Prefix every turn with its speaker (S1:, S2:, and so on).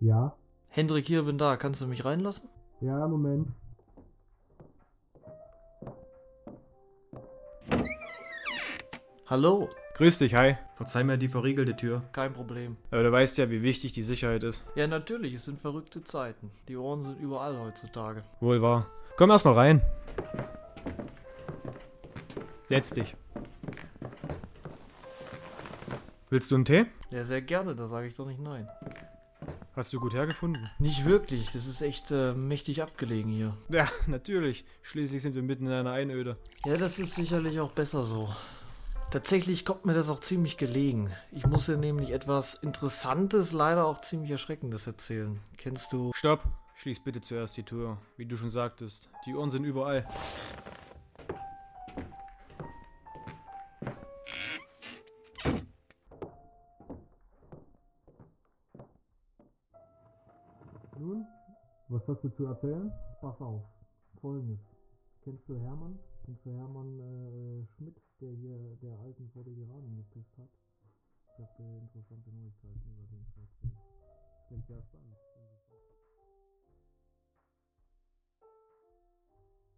S1: Ja,
S2: Hendrik, hier bin da. Kannst du mich reinlassen?
S1: ja, Moment.
S2: Hallo?
S3: Grüß dich, hi.
S4: Verzeih mir die verriegelte Tür.
S2: Kein Problem.
S3: Aber du weißt ja, wie wichtig die Sicherheit ist.
S2: Ja, natürlich, es sind verrückte Zeiten. Die Ohren sind überall heutzutage.
S3: Wohl wahr. Komm erstmal rein. Setz dich. Willst du einen Tee?
S2: Ja, sehr gerne, da sage ich doch nicht nein.
S3: Hast du gut hergefunden?
S2: Nicht wirklich, das ist echt äh, mächtig abgelegen hier.
S3: Ja, natürlich. Schließlich sind wir mitten in einer Einöde.
S2: Ja, das ist sicherlich auch besser so. Tatsächlich kommt mir das auch ziemlich gelegen. Ich muss dir nämlich etwas Interessantes, leider auch ziemlich Erschreckendes erzählen. Kennst du.
S3: Stopp. Schließ bitte zuerst die Tür. Wie du schon sagtest, die Ohren sind überall.
S1: Nun, was hast du zu erzählen? Pass auf, folgendes. Kennst du Hermann? Kennst du Hermann äh, Schmidt, der hier der alten vor dir gerade hat? Ich habe äh, interessante Neuigkeiten über den.